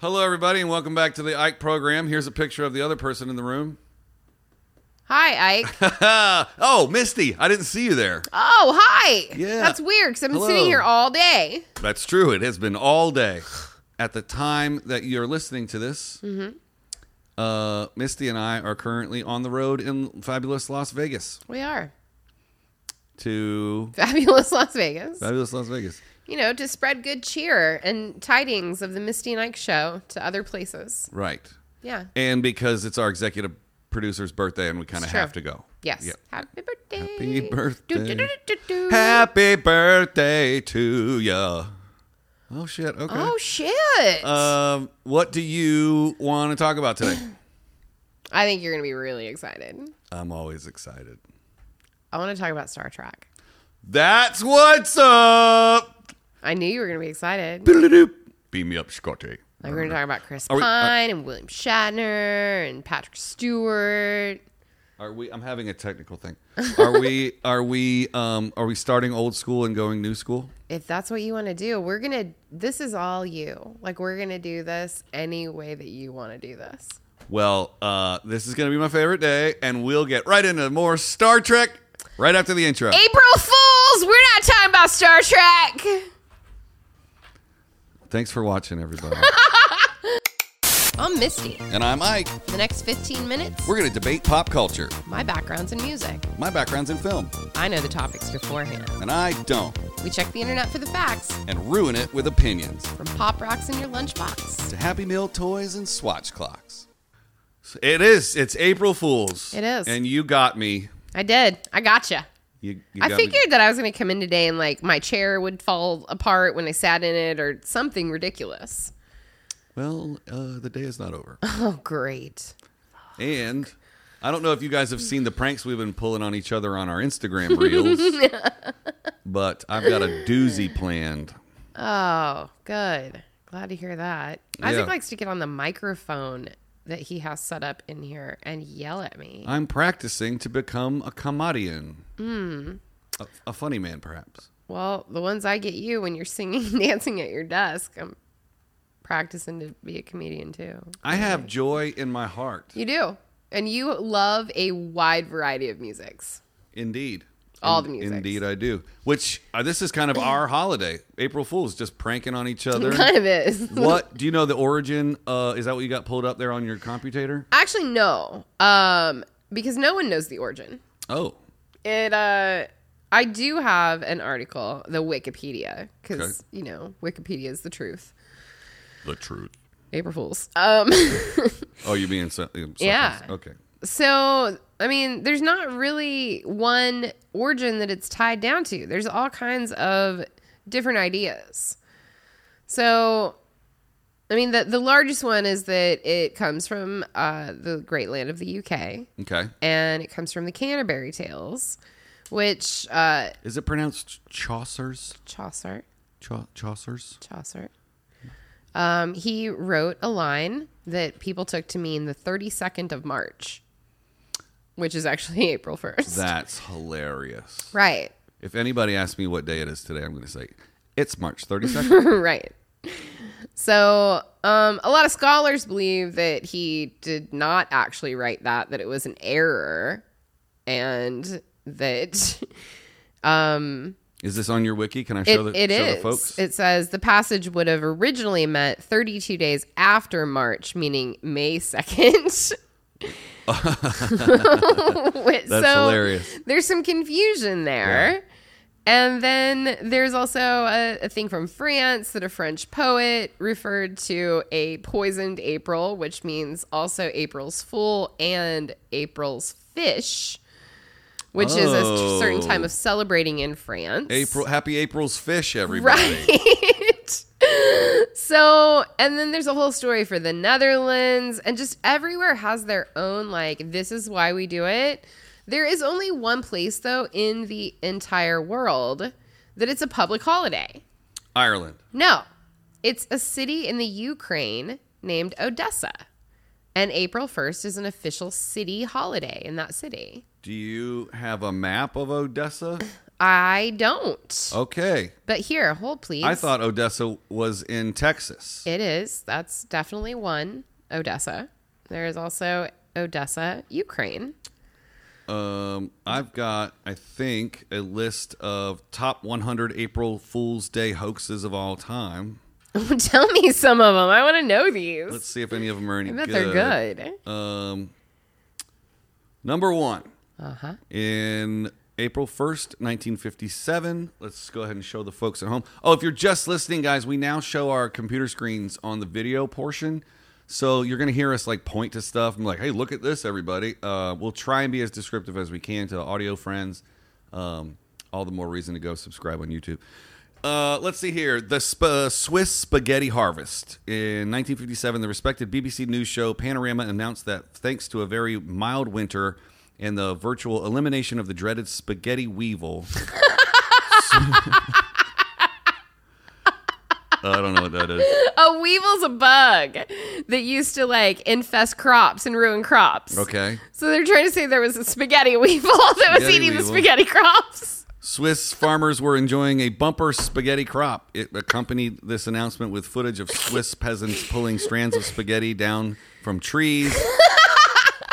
Hello, everybody, and welcome back to the Ike program. Here's a picture of the other person in the room. Hi, Ike. oh, Misty, I didn't see you there. oh, hi. Yeah. That's weird because I've been Hello. sitting here all day. That's true. It has been all day. At the time that you're listening to this, Mm-hmm. uh, Misty and I are currently on the road in fabulous Las Vegas We are. to Fabulous Las Vegas. fabulous Las Vegas. You know, to spread good cheer and tidings of the Misty and Ike show to other places. Right. Yeah. And because it's our executive producer's birthday and we kind of It's true. have to go. Yes. Yeah. Happy birthday. Happy birthday. Do-do-do-do-do-do. Happy birthday to ya. Oh, shit. Okay. Oh, shit. Um, what do you want to talk about today? I think you're going to be really excited. I'm always excited. I want to talk about Star Trek. That's what's up. I knew you were going to be excited. Doodle-doop. Beam me up, Scotty. Like we're gonna talk about Chris Are we- uh, are- Pine and William Shatner and Patrick Stewart. Are we? I'm having a technical thing. Are we? Are we? Um, are we starting old school and going new school? If that's what you want to do, we're gonna. This is all you. Like we're gonna do this any way that you want to do this. Well, uh, this is gonna be my favorite day, and we'll get right into more Star Trek right after the intro. April Fools! We're not talking about Star Trek. Thanks for watching, everybody. I'm Misty. and I'm Ike. For the next 15 minutes, We're gonna debate pop culture. my background's in music. My background's in film, I know the topics beforehand. and I don't, We check the internet for the facts and ruin it with opinions. from pop rocks in your lunchbox. to Happy Meal toys and swatch clocks. It is. It's April Fools. It is. And you got me. I did. I gotcha. You, you I got me. figured that I was going to come in today and like my chair would fall apart when I sat in it or something ridiculous. Well, uh, the day is not over. Oh, great. and I don't know if you guys have seen the pranks we've been pulling on each other on our Instagram reels, but I've got a doozy planned. Oh, good. Glad to hear that. Yeah. Isaac likes to get on the microphone that he has set up in here and yell at me. I'm practicing to become a comedian. Hmm. A, a funny man, perhaps. well, the ones I get you when you're singing, dancing at your desk, I'm practicing to be a comedian too. I have joy in my heart. You do. And you love a wide variety of musics. Indeed. All In- the musics. Indeed, I do. Whiwhich uh, this is kind of our holiday, April Fools, just pranking on each It other. kind of is. what do you know the origin? Uh, is that what you got pulled up there on your computator? Actually, no. Um, because no one knows the origin. Oh, It uh I do have an article, the Wikipedia, because Okay. you know, Wikipedia is the truth. the truth. April Fools. Um Oh, you being so, um, Yeah. sarcastic. Okay, so I mean, there's not really one origin that it's tied down to. There's all kinds of different ideas. So I mean the the largest one is that it comes from uh the great land of the UK okay. and it comes from the Canterbury Tales, which uh Is it pronounced Chaucer's? Chaucer Chau- Chaucer's? Chaucer. Um, he wrote a line that people took to mean the 32nd of March, which is actually April 1st. That's hilarious. right. If anybody asks me what day it is today, I'm going to say it's March 32nd. right. So, um, a lot of scholars believe that he did not actually write that, that it was an error, and that um, is this on your wiki? Can I it, show the, it show is. the folks? It says the passage would have originally meant 32 days after March, meaning May 2nd. Wait, That's so hilarious. There's some confusion there. And then there's also a, a thing from France that a French poet referred to a poisoned April, which means also April's fool and April's fish, which is a Oh. certain time of celebrating in France. April, happy April's fish, everybody. Right. so, and then there's a whole story for the Netherlands, and just everywhere has their own, like, this is why we do it. There is only one place, though, in the entire world that it's a public holiday. Ireland. No, it's a city in the Ukraine named Odessa. And April 1st is an official city holiday in that city. Do you have a map of Odessa? I don't. Okay. But here, hold please. I thought Odessa was in Texas. it is. That's definitely one. Odessa. There is also Odessa, Ukraine. Um, I've got, I think, a list of top 100 April Fool's Day hoaxes of all time. Tell me some of them. I want to know these. Let's see if any of them are any I bet good. they're good. Um, number one Uh huh. in April 1st, 1957. Let's go ahead and show the folks at home. Oh, if you're just listening, guys, we now show our computer screens on the video portion. So you're going to hear us like point to stuff. I'm like, hey, look at this, everybody. Uh, we'll try and be as descriptive as we can to the audio friends. Um, all the more reason to go subscribe on YouTube. Uh, let's see here. The sp- uh, Swiss Spaghetti Harvest. In 1957, the respected BBC news show Panorama announced that thanks to a very mild winter and the virtual elimination of the dreaded spaghetti weevil. I don't know what that is. A weevil's oh, a bug that used to like infest crops and ruin crops. Okay. So they're trying to say there was a spaghetti weevil that was Spaghetti eating the weevil. spaghetti crops. Swiss farmers were enjoying a bumper spaghetti crop. It accompanied this announcement with footage of Swiss peasants pulling strands of spaghetti down from trees.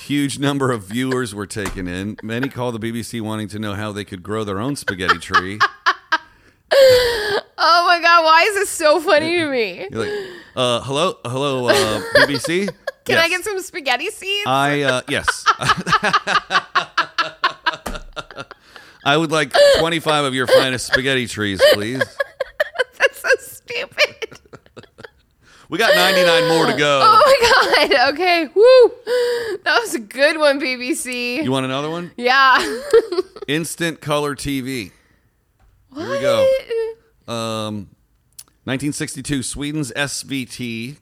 Huge number of viewers were taken in. Many called the BBC wanting to know how they could grow their own spaghetti tree. Oh my god, why is this so funny to me? You're like, uh, hello, hello, uh, BBC. Can I get some spaghetti seeds? I uh, yes. uh, I would like twenty-five of your finest spaghetti trees, please. That's so stupid. We got ninety-nine more to go. Oh my god. Okay. Woo. That was a good one, BBC. You want another one? yeah. Instant color TV. What? we go. Um, 1962, Sweden's SVT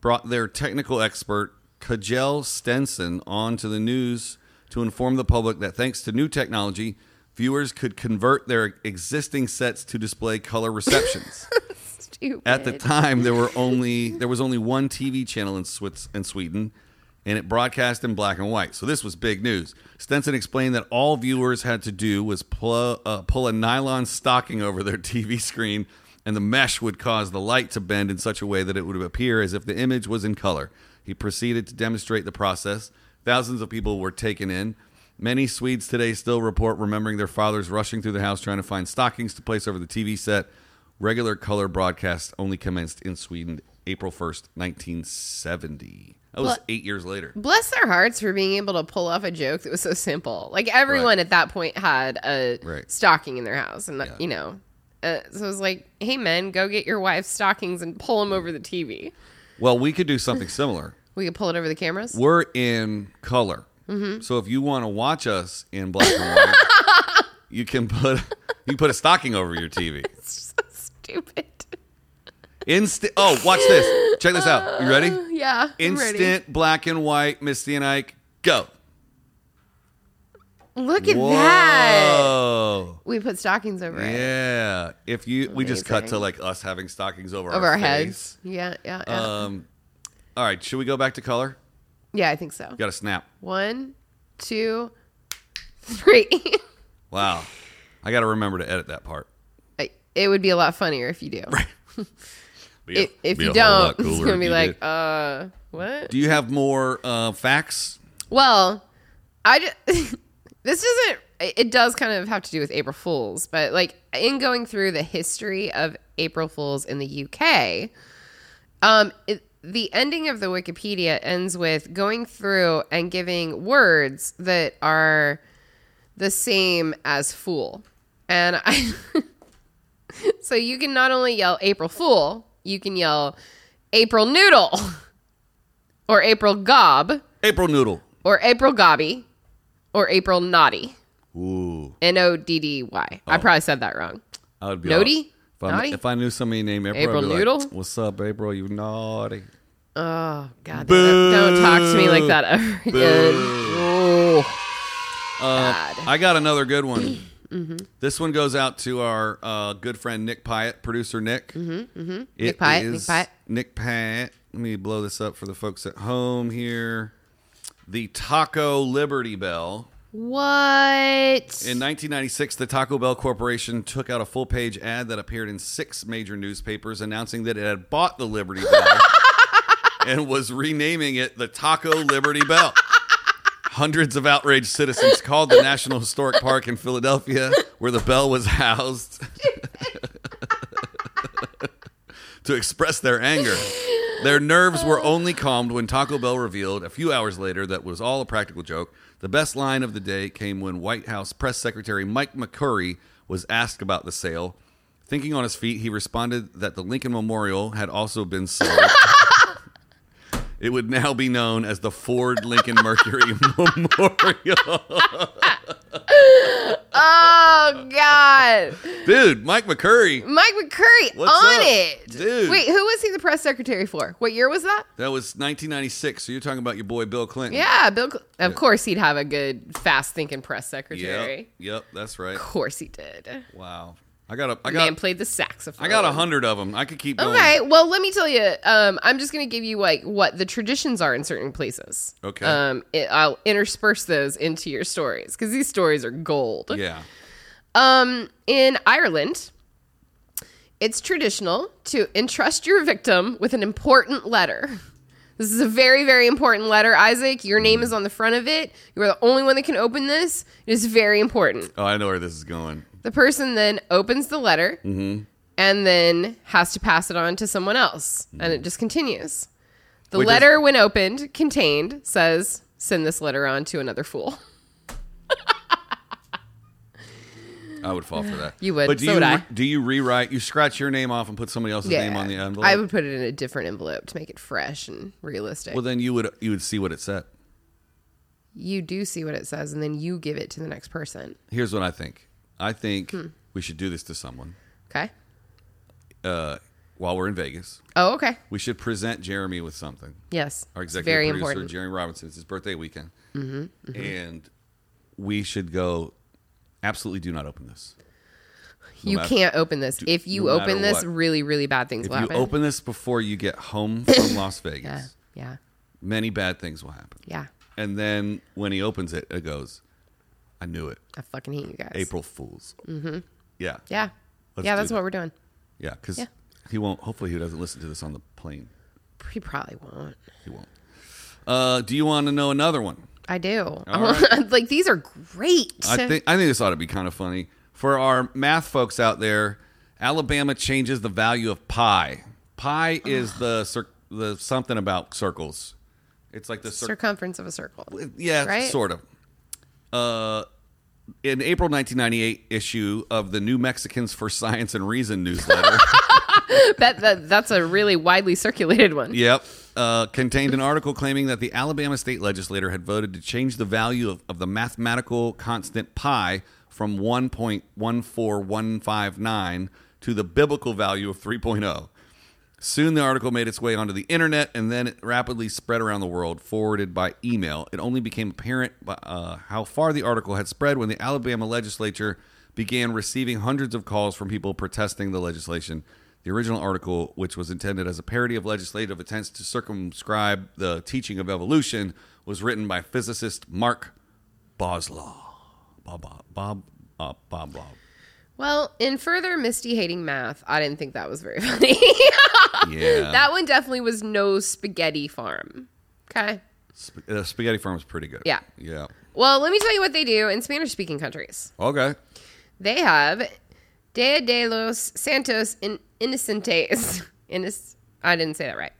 brought their technical expert Kajel Stenson onto the news to inform the public that thanks to new technology, viewers could convert their existing sets to display color receptions. Stupid. At the time, there were only there was only one TV channel in Swiss in Sweden, and it broadcast in black and white. So this was big news. Stenson explained that all viewers had to do was pull, uh, pull a nylon stocking over their TV screen, and the mesh would cause the light to bend in such a way that it would appear as if the image was in color. He proceeded to demonstrate the process. Thousands of people were taken in. Many Swedes today still report remembering their fathers rushing through the house trying to find stockings to place over the TV set. Regular color broadcast only commenced in Sweden April 1st, 1970. That was Well- eight years later. Bless their hearts for being able to pull off a joke that was so simple. Like Right. everyone at that point had a Right. stocking in their house, and you know, uh, so it was like, "Hey, men, go get your wife's stockings and pull them over the TV. Well, we could do something similar. We could pull it over the cameras." We're in color. Mm-hmm. So if you want to watch us in black and white, you can put you put a stocking over your TV. Stupid. Instant Oh, watch this. Check this out. You ready? Yeah. I'm ready. Instant black and white Misty and Ike. Go. Look at that. Whoa. We put stockings over it. Yeah. If you we just cut to Amazing. like us having stockings over, Over our face. heads. Yeah, yeah, yeah. Um, all right, should we go back to color? yeah, I think so. Got a snap. One, two, three. Wow. I got to remember to edit that part. I- it would be a lot funnier if you do. Be a- If, if be you a whole lot don't, it's cooler going to if be you like, did. uh, what? do you have more uh, facts? Well, I just, this doesn't. It does kind of have to do with April Fools, but like in going through the history of April Fools in the UK, um, it, the ending of the Wikipedia ends with going through and giving words that are the same as fool, and I. so you can not only yell April Fool, you can yell April Noodle, or April Gob April Noodle. or April Gobby or April Naughty. Ooh. N O D D Y. Oh. I probably said that wrong. I would be Naughty? If, I'm- Naughty? if I knew somebody named April, I'd April be like, Noodle? What's up, April? You naughty. Oh God! Don't, don't talk to me like that ever again. Oh, Uh, I got another good one. Mm-hmm. This one goes out to our uh, good friend Nick Pyatt, producer Nick. Mm-hmm, mm-hmm. Nick Pyatt, Nick Pyatt. Nick Pyatt. Let me blow this up for the folks at home here. The Taco Liberty Bell. What? In 1996, the Taco Bell Corporation took out a full page ad that appeared in six major newspapers announcing that it had bought the Liberty Bell and was renaming it the Taco Liberty Bell. Hundreds of outraged citizens called the National Historic Park in Philadelphia, where the bell was housed, to express their anger. Their nerves were only calmed when Taco Bell revealed a few hours later that was all a practical joke. The best line of the day came when White House Press Secretary Mike McCurry was asked about the sale. Thinking on his feet, he responded that the Lincoln Memorial had also been sold. it would now be known as the Ford Lincoln Mercury Memorial. Oh God, Dude, Mike McCurry. Mike McCurry What's on up, it, dude? Wait, who was he the press secretary for? What year was that? That was 1996. So you're talking about your boy Bill Clinton. Yeah, Bill. Cl- Of course, he'd have a good, fast-thinking press secretary. Yep, yep, that's right. Of course, he did. Wow. I got a I Man got played the saxophone. I got a hundred of them. I could keep going. Okay, well, let me tell you. Um, I'm just going to give you like what the traditions are in certain places. Okay. Um, it, I'll intersperse those into your stories because these stories are gold. Yeah. Um, in Ireland, it's traditional to entrust your victim with an important letter. This is a very, very important letter, Isaac. Your Mm. name is on the front of it. You are the only one that can open this. It is very important. Oh, I know where this is going. The person then opens the letter Mm-hmm. and then has to pass it on to someone else. And it just continues. The Which is- letter, when opened, contained, says, send this letter on to another fool. I would fall for that. You would, But do so you would I. re- do you rewrite? You scratch your name off and put somebody else's name on the envelope. I would put it in a different envelope to make it fresh and realistic. well, then you would you would see what it said. you do see what it says and then you give it to the next person. Here's what I think. I think Hmm. we should do this to someone Okay. uh, while we're in Vegas. Oh, okay. We should present Jeremy with something. Yes. Our It's executive Very producer, important. Mm-hmm, Jeremy Robinson. It's his birthday weekend, and we should go. Absolutely, do not open this. no you matter- can't open this. if you no matter open this, what. really, really bad things If will you happen. open this before you get home from Las Vegas, yeah. Yeah. many bad things will happen. Yeah. And then when he opens it, it goes, "I knew it." I fucking hate you guys. April Fools. Mm-hmm. Yeah. Let's Yeah. yeah, do that's that. what we're doing. Yeah. Because Yeah. he won't, hopefully, he doesn't listen to this on the plane. He probably won't. He won't. Uh, do you want to know another one? I do. All right. like these are great. I think I think this ought to be kind of funny for our math folks out there. Alabama changes the value of pi. Pi is the cir- the something about circles. It's like the circle. circumference of a circle. Yeah, Right? sort of. Uh, in April 1998 issue of the New Mexicans for Science and Reason newsletter, that, that that's a really widely circulated one. yep, uh, contained an article claiming that the Alabama state legislator had voted to change the value of, of the mathematical constant pi from 1.14159 to the biblical value of oh. 3.0. Soon the article made its way onto the internet and then it rapidly spread around the world, forwarded by email. It only became apparent by, uh, how far the article had spread when the Alabama legislature began receiving hundreds of calls from people protesting the legislation. The original article, which was intended as a parody of legislative attempts to circumscribe the teaching of evolution, was written by physicist Mark Boslaw. Bob, Bob, Bob, uh, Bob, Bob. Well, in further Misty hating math, I didn't think that was very funny. Yeah. that one definitely was no spaghetti farm. Okay. Sp- uh, Spaghetti Farm was pretty good. Yeah. Yeah. Well, let me tell you what they do in Spanish speaking countries. Okay. They have Dia de los Santos in- Innocentes. Innoc- I didn't say that right.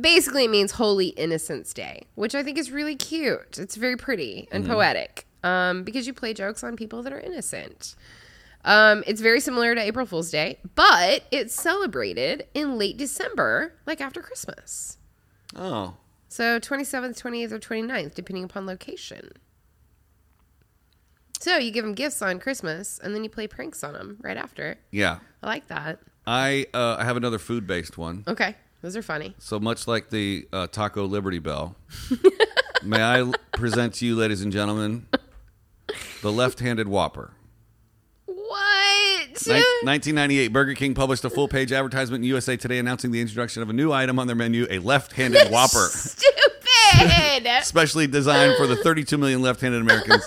Basically, it means Holy Innocence Day, which I think is really cute. It's very pretty and poetic um, because you play jokes on people that are innocent. Um, it's very similar to April Fool's Day, but it's celebrated in late December, like after Christmas. Oh. So 27th, 28th, or 29th, depending upon location. So you give them gifts on Christmas and then you play pranks on them right after. Yeah. I like that. I uh, I have another food based one. Okay. Those are funny. So much like the uh, Taco Liberty Bell, may I l- present to you, ladies and gentlemen, the left handed Whopper. What? Nin- 1998, Burger King published a full page advertisement in USA Today announcing the introduction of a new item on their menu, a left handed Whopper. Stupid. did. specially designed for the 32 million left-handed Americans.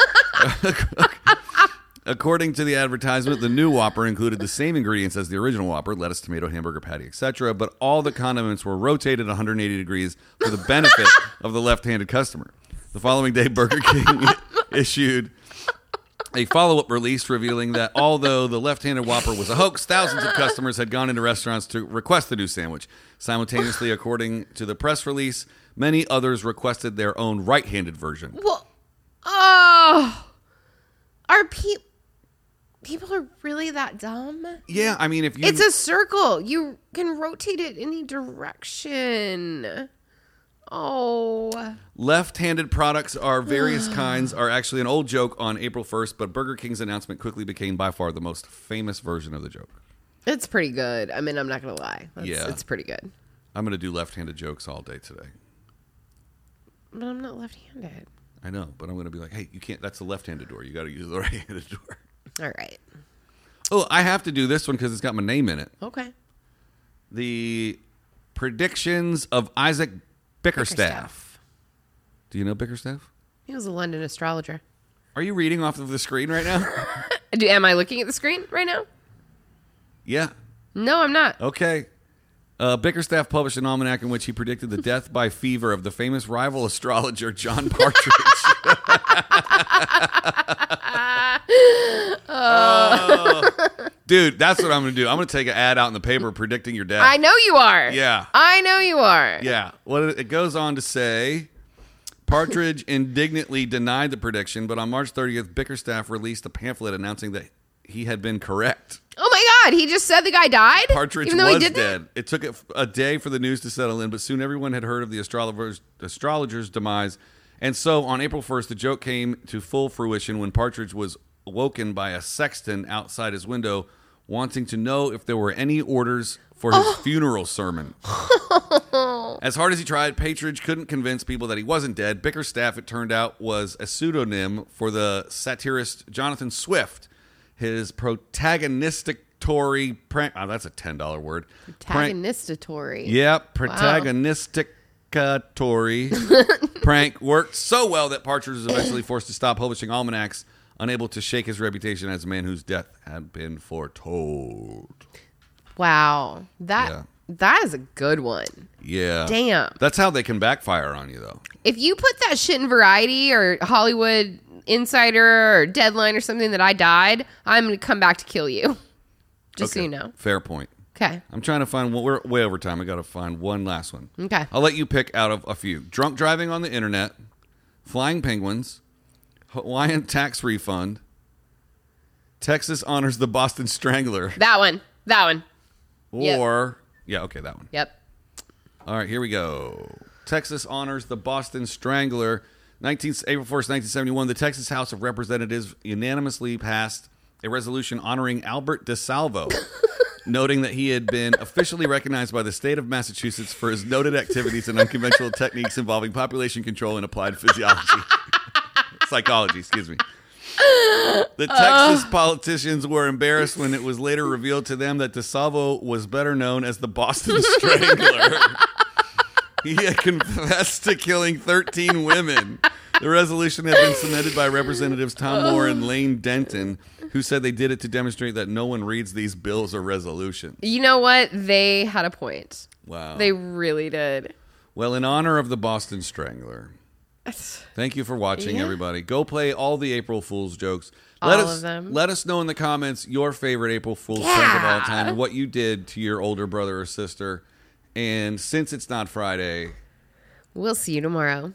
According to the advertisement, the new Whopper included the same ingredients as the original Whopper, lettuce, tomato, hamburger patty, etc., but all the condiments were rotated 180 degrees for the benefit of the left-handed customer. The following day, Burger King issued a follow-up release revealing that although the left-handed Whopper was a hoax, thousands of customers had gone into restaurants to request the new sandwich. Simultaneously, according to the press release, many others requested their own right-handed version. well, oh, are people people are really that dumb? Yeah, I mean, if you It's a circle. You can rotate it any direction. Oh, Left-handed products are various kinds are actually an old joke on April 1st, but Burger King's announcement quickly became by far the most famous version of the joke. it's pretty good. I mean, I'm not gonna lie. That's, Yeah. it's pretty good. I'm going to do left-handed jokes all day today. But I'm not left-handed. I know, but I'm going to be like, "Hey, you can't that's the left-handed door. You got to use the right-handed door." All right. Oh, I have to do this one cuz it's got my name in it. Okay. The predictions of Isaac Bickerstaff. Bickerstaff. Do you know Bickerstaff? He was a London astrologer. Are you reading off of the screen right now? Do, am I looking at the screen right now? yeah. No, I'm not. Okay. Uh, Bickerstaff published an almanac in which he predicted the death by fever of the famous rival astrologer John Partridge. Oh. Dude, that's what I'm going to do. I'm going to take an ad out in the paper predicting your death. I know you are. Yeah. I know you are. Yeah. Well, it goes on to say Partridge indignantly denied the prediction, but on March 30th, Bickerstaff released a pamphlet announcing that he had been correct. Oh my God! He just said the guy died. Partridge even though was he didn't. dead. It took a, a day for the news to settle in, but soon everyone had heard of the astrologer's, astrologer's demise. And so on April 1st, the joke came to full fruition when Partridge was woken by a sexton outside his window wanting to know if there were any orders for his Oh. funeral sermon. As hard as he tried, Partridge couldn't convince people that he wasn't dead. Bickerstaff, it turned out, was a pseudonym for the satirist Jonathan Swift. His protagonistic Tory prank. Oh, that's a $10 word. Prank- Antagonisticatory. Yep, protagonistic. Tory prank worked so well that Partridge was eventually forced to stop publishing almanacs, unable to shake his reputation as a man whose death had been foretold. Wow. That Yeah. that is a good one. Yeah. Damn. That's how they can backfire on you, though. If you put that shit in Variety or Hollywood Insider or Deadline or something that I died, I'm gonna come back to kill you. Just so Okay. you know. Fair point. Okay. I'm trying to find one. We're way over time. I got to find one last one. Okay. I'll let you pick out of a few drunk driving on the internet, flying penguins, Hawaiian tax refund, Texas honors the Boston Strangler, That one. That one. Yep. or. Yeah, okay, that one. Yep. All right, here we go. Texas honors the Boston Strangler. 19, April 1st, 1971, the Texas House of Representatives unanimously passed a resolution honoring Albert DeSalvo, noting that he had been officially recognized by the state of Massachusetts for his noted activities and unconventional techniques involving population control and applied physiology. Psychology, excuse me. The Texas politicians were embarrassed when it was later revealed to them that DeSalvo was better known as the Boston Strangler. he had confessed to killing 13 women. The resolution had been submitted by Representatives Tom Moore and Lane Denton, who said they did it to demonstrate that no one reads these bills or resolutions. You know what? They had a point. Wow. They really did. well, in honor of the Boston Strangler, Thank you for watching, Yeah. everybody. Go play all the April Fool's jokes. Let All us of them. let us know in the comments your favorite April Fool's prank of all Yeah. time, what you did to your older brother or sister. And since it's not Friday, We'll see you tomorrow.